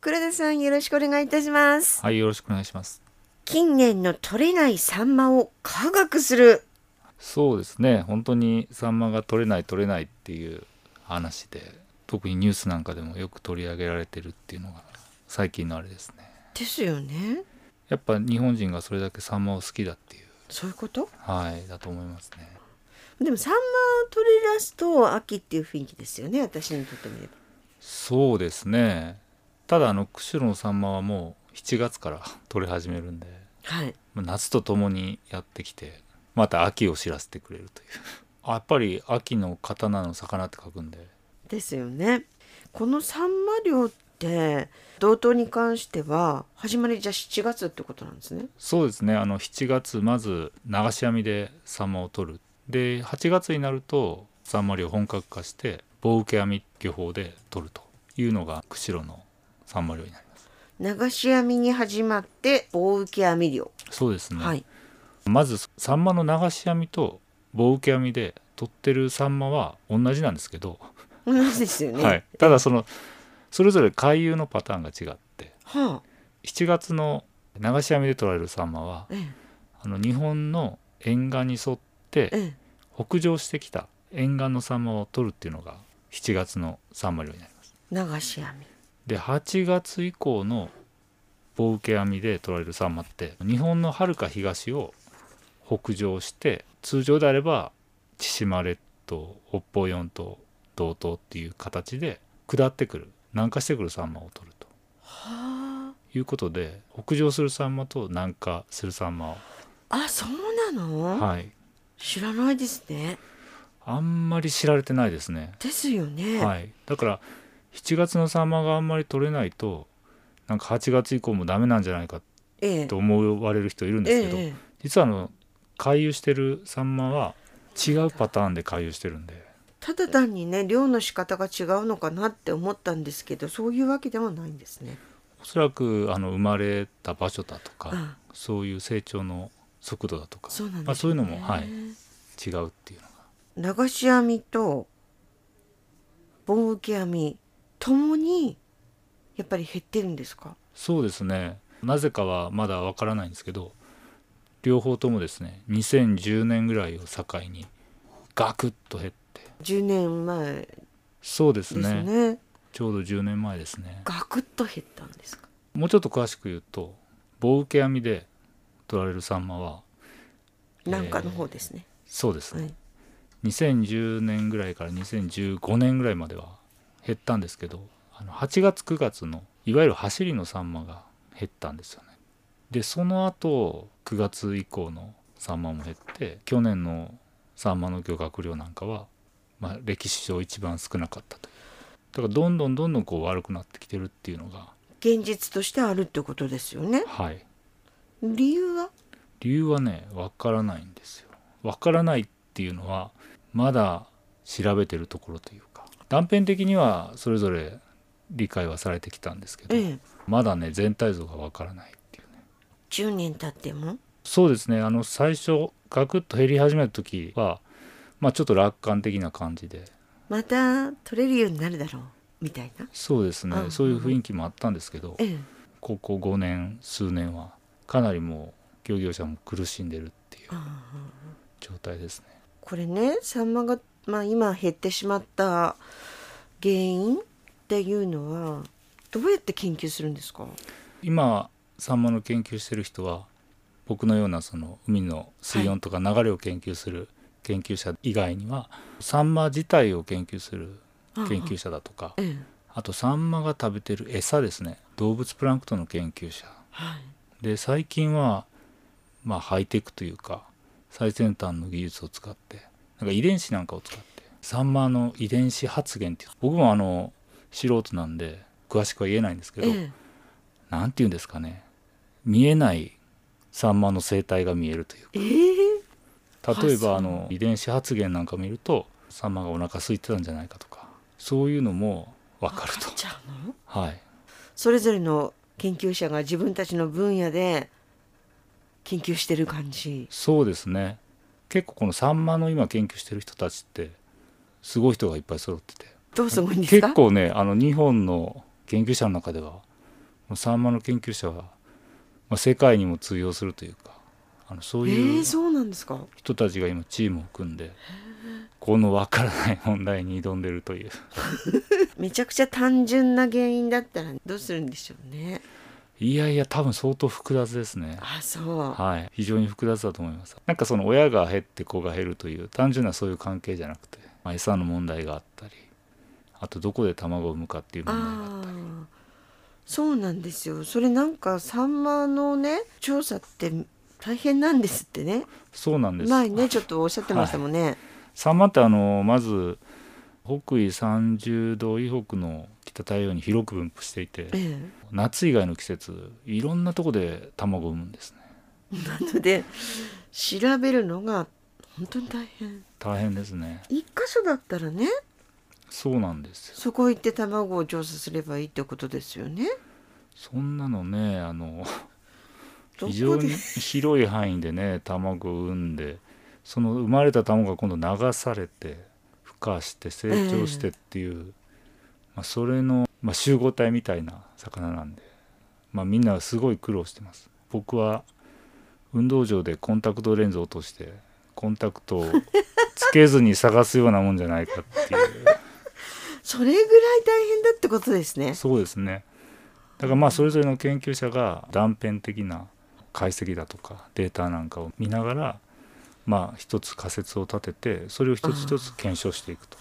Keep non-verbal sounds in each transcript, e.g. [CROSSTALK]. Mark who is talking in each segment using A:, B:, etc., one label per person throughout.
A: 黒田さんよろしくお願いいたします
B: はい、よろしくお願いします。
A: 近年の取れないサンマを科学する
B: そうですね、本当にサンマが取れない取れないっていう話で、特にニュースなんかでもよく取り上げられてるっていうのが最近のあれですね。
A: ですよね
B: やっぱ日本人がそれだけサンマを好きだっていう、
A: そういうこと
B: はい、だと思いますね。
A: でもサンマ取り出すと秋っていう雰囲気ですよね私にとってみれば
B: そうですね。ただあの釧路のサンマはもう7月から取れ始めるんで、
A: はい
B: まあ夏とともにやってきて、また秋を知らせてくれるという。あやっぱり秋の刀の魚って書くんで。
A: ですよねこのサンマ漁って同等に関しては始まりじゃあ7月ってことなんですね
B: そうですねあの7月まず流し網でサンマを取るで8月になるとサンマ漁本格化して棒受け網漁法で取るというのが釧路のサンマ漁になり
A: 流
B: ます
A: し網に始まって棒受け網漁、
B: そうですね、
A: はい
B: まずサンマの流し網と棒受け網で取ってるサンマは同じなんですけど、
A: 同じですよね
B: はい、ただそのそれぞれ回遊のパターンが違って
A: はあ
B: 7月の流し網で取られるサンマは
A: え
B: あの日本の沿岸に沿って
A: えええ
B: 北上してきた沿岸のサンマを取るっていうのが7月のサンマ漁になります
A: 流し網
B: で8月以降の棒受け網で取られるサンマって日本のはるか東を北上して通常であれば千島列島北方四島道東っていう形で下ってくる南下してくるサンマを取ると
A: は
B: いうことで北上するサンマと南下するサンマを、
A: ああそうなの、
B: はい、
A: 知らないですね
B: あんまり知られてないですね
A: ですよね、
B: はい、だから7月のサンマがあんまり取れないとなんか8月以降もダメなんじゃないか
A: ええ
B: と思われる人いるんですけど、
A: ええ
B: 実はあの回遊してるサンマは違うパターンで回遊してるんで
A: ただ単にね漁の仕方が違うのかなって思ったんですけどそういうわけではないんですね。
B: おそらくあの生まれた場所だとか、
A: あ
B: そういう成長の速度だとか
A: そうなんです、ね
B: まあ、そういうのも、はい、違うっていうのが
A: 流し網と棒受け網ともにやっぱり減ってるんですか
B: そうですねなぜかはまだわからないんですけど両方ともですね2010年ぐらいを境にガクッと減って
A: 10年前で
B: そうです
A: す
B: ね
A: ね
B: ちょうど10年前ですね
A: ガクッと減ったんですか
B: もうちょっと詳しく言うと棒受け網で取られるサンマは
A: なんかの方ですね、
B: そうですね、
A: はい
B: 2010年ぐらいから2015年ぐらいまでは減ったんですけどあの8月9月のいわゆる走りのサンマが減ったんですよねでその後9月以降のサンマも減って去年のサンマの漁獲量なんかは、まあ、歴史上一番少なかったというだからどんどんどんどんこう悪くなってきてるっていうのが
A: 現実としてあるってことですよね
B: はい
A: 理由は
B: 理由はねわからないんですよわからないっていうのはまだ調べてるところというか断片的にはそれぞれ理解はされてきたんですけど、
A: ええ
B: まだね全体像がわからないっていうね
A: 10年経っても
B: そうですねあの最初ガクッと減り始めた時はまあちょっと楽観的な感じで
A: また取れるようになるだろうみたいな
B: そうですね
A: うん
B: そういう雰囲気もあったんですけど
A: ええ
B: ここ5年数年はかなりもう漁業者も苦しんでるっていう
A: ああ
B: 状態ですね
A: これねサンマが、まあ、今減ってしまった原因っていうのはどうやって研究するんですか
B: 今サンマの研究してる人は僕のようなその海の水温とか流れを研究する研究者以外には、サンマ自体を研究する研究者だとか、
A: ええ
B: あとサンマが食べてる餌ですね動物プランクトンの研究者
A: はい、
B: で最近はまあハイテクというか最先端の技術を使ってなんか遺伝子なんかを使ってサンマの遺伝子発現っていう僕もあの素人なんで詳しくは言えないんですけど、
A: ええ、
B: なんて言うんですかね見えないサンマの生態が見えるという
A: え
B: 例え
A: あそう
B: ばあの遺伝子発現なんか見るとサンマがお腹空いてたんじゃないかとかそういうのも分かると
A: わっちゃうの
B: はい
A: それぞれの研究者が自分たちの分野で研究してる感じ
B: そうですね結構このサンマの今研究してる人たちってすごい人がいっぱい揃ってて
A: どうすごいんですか
B: 結構ねあの日本の研究者の中ではサンマの研究者は、まあ、世界にも通用するというかあのそう
A: え
B: い
A: え
B: う
A: そうなんですか。
B: 人たちが今チームを組んで、このわからない問題に挑んでるという
A: めちゃくちゃ単純な原因だったらどうするんでしょうね。
B: いやいや多分相当複雑ですね
A: あ、そう。
B: はい非常に複雑だと思いますなんかその親が減って子が減るという単純なそういう関係じゃなくて、まあ、餌の問題があったりあとどこで卵を産むかっていう問題があったり
A: ああ、そうなんですよ。それなんかサンマのね調査って大変なんですってね。
B: そうなんです
A: 前ねちょっとおっしゃってましたもんね。
B: サンマってあのまず北緯30度以北の北太陽に広く分布していて
A: え
B: 夏以外の季節いろんなとこで卵を産むんですね
A: え、なので調べるのが本当に大変。
B: 大変ですね
A: 一箇所だったらね
B: そうなんですよ
A: そこ行って卵を調査すればいいってことですよね。
B: そんなのねあの
A: ど
B: 非
A: こ
B: 常に
A: で
B: 広い範囲でね卵を産んでその生まれた卵が今度流されて孵化して成長してっていう、まあ、それの、まあ、集合体みたいな魚なんで、まあ、みんなすごい苦労してます僕は運動場でコンタクトレンズを落としてコンタクトをつけずに探すようなもんじゃないかっていう
A: それぐらい大変だってことですね。
B: そうですねだからまあそれぞれの研究者が断片的な解析だとかデータなんかを見ながらまあ一つ仮説を立ててそれを一つ一つ検証していくと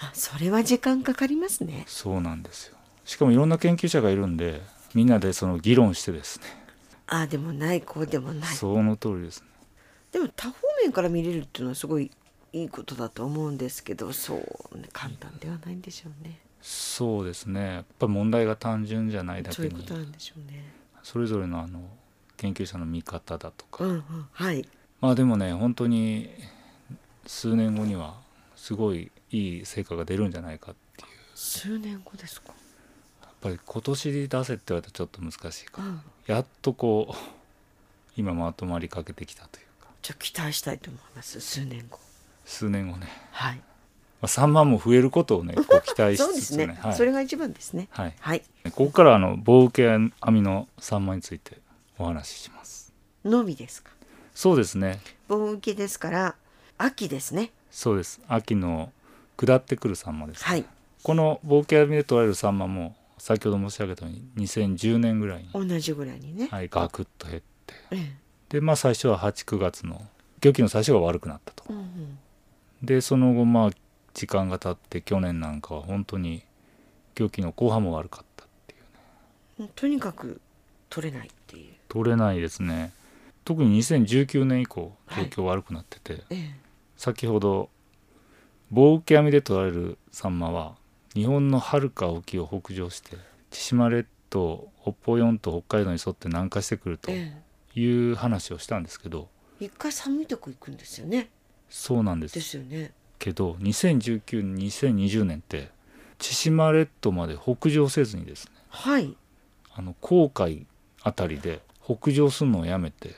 A: あそれは時間かかりますね。
B: そうなんですよしかもいろんな研究者がいるんでみんなでその議論してですね
A: あでもないこうでもない。
B: その通りですね
A: でも多方面から見れるっていうのはすごいいいことだと思うんですけどそうね簡単ではないんでしょうね。
B: そうですねやっぱ問題が単純じゃないだ
A: そうい
B: け
A: うこ
B: に
A: となんでしょうね。
B: それぞれのあの研究者の見方だと
A: うん
B: か
A: うんはい。
B: まあでもね本当に数年後にはすごいいい成果が出るんじゃないかっていう
A: 数年後ですか。
B: やっぱり今年出せって言われたらちょっと難しいか
A: うん。
B: やっとこう今まとまりかけてきたというか
A: じゃあ期待したいと思います。数年後。
B: 数年後ね、
A: はい。
B: まあ、3万も増えることをねこ
A: [LAUGHS]
B: う期待し
A: そうで
B: つつ
A: す
B: ね
A: ね。
B: はい
A: それが一番ですね。
B: はい、
A: はい。
B: ここからあの棒受け網の3万についてお話しします
A: のみですか。
B: そうですね
A: 盆受けですから秋ですね。
B: そうです秋の下ってくるサンマです、ね
A: はい。
B: この棒受け網で取られるサンマも先ほど申し上げたように2010年ぐらいに、
A: 同じぐらいにね。
B: はい、ガクッと減って
A: え
B: でまあ最初は89月の漁期の最初が悪くなったと
A: えうんうん。
B: でその後まあ時間が経って去年なんかは本当に漁期の後半も悪かったっていうね
A: とにかく取れないっていう。
B: 取れないですね特に2019年以降
A: は
B: 状
A: い
B: 況悪くなってて、
A: ええ、
B: 先ほど棒受け網で取られるサンマは日本のはるか沖を北上して千島列島北方四島北海道に沿って南下してくると
A: え
B: いう話をしたんですけど
A: え、一回寒いとこ行くんですよね。
B: そうなんです
A: ですよね。
B: けど20192020年って千島列島まで北上せずにですね
A: はい。
B: あの航海あたりで北上するのをやめて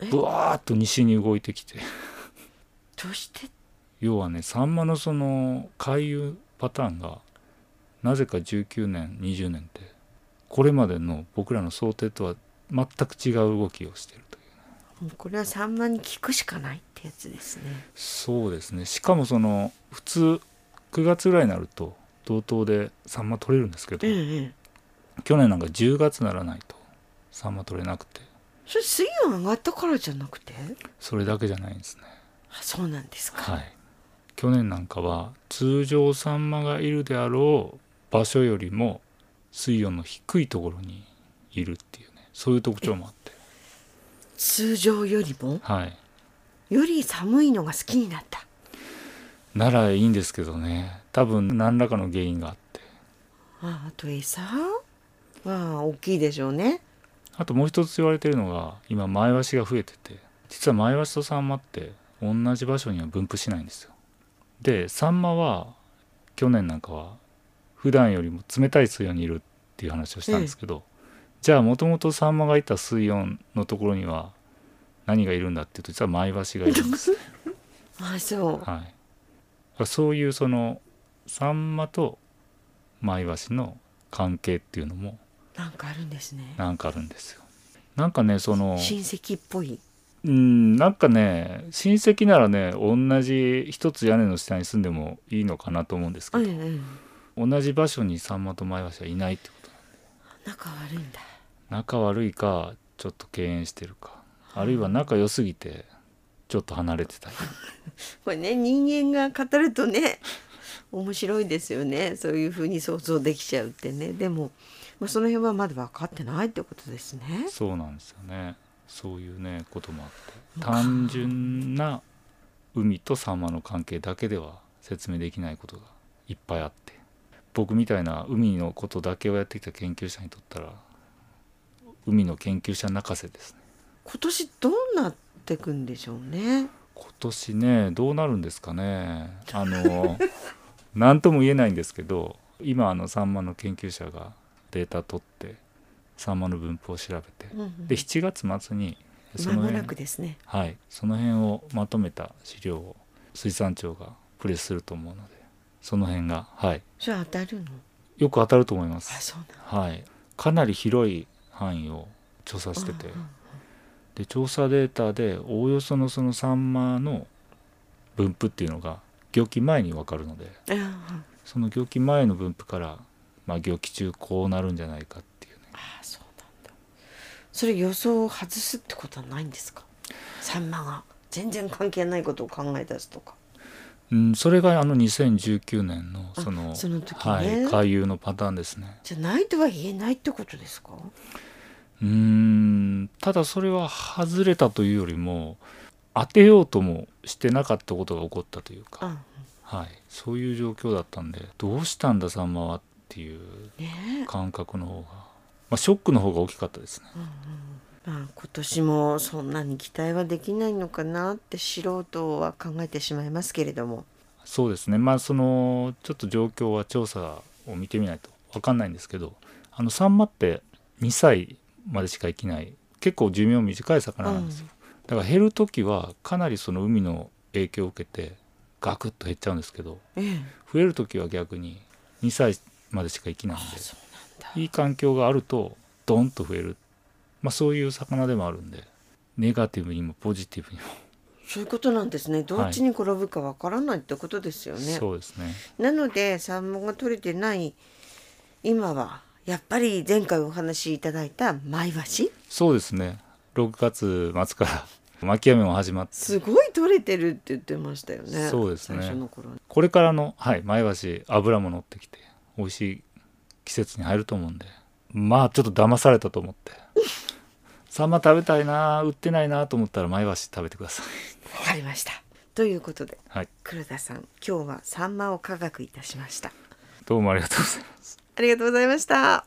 A: え
B: ぶわーっと西に動いてきて
A: どうして
B: 要はねサンマのその回遊パターンがなぜか19年20年ってこれまでの僕らの想定とは全く違う動きをしてるという
A: もうこれはサンマに聞くしかないってやつですね。
B: そうですねしかもその普通9月ぐらいになると同等でサンマ取れるんですけど、
A: ええ。
B: 去年なんか10月ならないとサンマ取れなくて
A: それ水温上がったからじゃなくて
B: それだけじゃないんですね
A: あそうなんですか。
B: はい去年なんかは通常サンマがいるであろう場所よりも水温の低いところにいるっていうねそういう特徴もあって
A: 通常よりも
B: はい
A: より寒いのが好きになった。
B: ならいいんですけどね多分何らかの原因があって
A: ああと餌は大きいでしょうね。
B: あともう一つ言われてるのが今前橋が増えてて実は前橋とサンマって同じ場所には分布しないんですよでサンマは去年なんかは普段よりも冷たい水温にいるっていう話をしたんですけど、じゃあもともとサンマがいた水温のところには何がいるんだっていうと実は前橋がいるんです、
A: ああそう。
B: はい、だからそういうそのサンマと前橋の関係っていうのも
A: なんかあるんですね
B: なんかあるんですよなんかねその
A: 親戚っぽい
B: うんなんかね親戚ならね同じ一つ屋根の下に住んでもいいのかなと思うんですけ
A: う
B: ど
A: んう、ん
B: 同じ場所にさんまと前橋はいないってこと
A: 仲悪いんだ
B: 仲悪いかちょっと敬遠してるかあるいは仲良すぎてちょっと離れてたり
A: これね人間が語るとね面白いですよねそういうふうに想像できちゃうってねでも、まあ、その辺はまだ分かってないってことですね。
B: そうなんですよねそういうねこともあって単純な海とサンマの関係だけでは説明できないことがいっぱいあって僕みたいな海のことだけをやってきた研究者にとったら海の研究者泣かせですね
A: 今年どうなってくんでしょうね。
B: 今年ねどうなるんですかねあ
A: [LAUGHS]
B: の何とも言えないんですけど今あのサンマの研究者がデータ取ってサンマの分布を調べて
A: うんうん
B: で7月末にそ
A: 間
B: の
A: も
B: 辺
A: なくですね。
B: はい、その辺をまとめた資料を水産庁がプレスすると思うのでその辺が、はい、
A: それ当たるの。
B: よく当たると思いま
A: あ、
B: す、
A: そうな
B: はい、かなり広い範囲を調査して
A: う
B: て
A: んうん
B: で調査データでおおよそのそのサンマの分布っていうのが漁期前に分かるので
A: の。あ
B: その漁期前の分布から、まあ、漁期中こうなるんじゃないかっていうね
A: あ、そうなんだ。それ予想を外すってことはないんですか。サンマが全然関係ないことを考え出すとか。
B: うん、それがあの2019年の
A: あ
B: その
A: その時ね
B: はい、回遊のパターンですね。
A: じゃないとは言えないってことですか。
B: うーんただそれは外れたというよりも当てようともしてなかったことが起こったという
A: う
B: か、
A: ん
B: はい、そういう状況だったんでどうしたんだサンマはっていう
A: ねえ。
B: 感覚の方が、まあ、ショックの方が大きかったですね。
A: まあ、今年もそんなに期待はできないのかなって素人は考えてしまいますけれども、
B: そうですねまあそのちょっと状況は調査を見てみないと分かんないんですけどあのサンマって2歳までしか生きない結構寿命短い魚なんですよ、だから減る時はかなりその海の影響を受けてガクッと減っちゃうんですけど
A: ええ、
B: 増える時は逆に2歳までしか生きないんで
A: そうなんだ
B: いい環境があるとドンと増える、まあ、そういう魚でもあるんでネガティブにもポジティブにも、
A: そういうことなんですねどっちに転ぶかわからないってことですよね、
B: そうですね
A: なのでサンマが取れてない今はやっぱり前回お話しいただいた前橋
B: そうですね6月末から [LAUGHS] 巻き網も始まって
A: すごい取れてるって言ってましたよね
B: そうですね
A: 最初の頃
B: これからの、はい、前橋油も乗ってきて美味しい季節に入ると思うんでまあちょっと騙されたと思ってサンマ食べたいな売ってないなと思ったら前橋食べてください
A: わかりましたということで
B: はい
A: 黒田さん今日はサンマを科学いたしました
B: どうもありがとうございます
A: ありがとうございました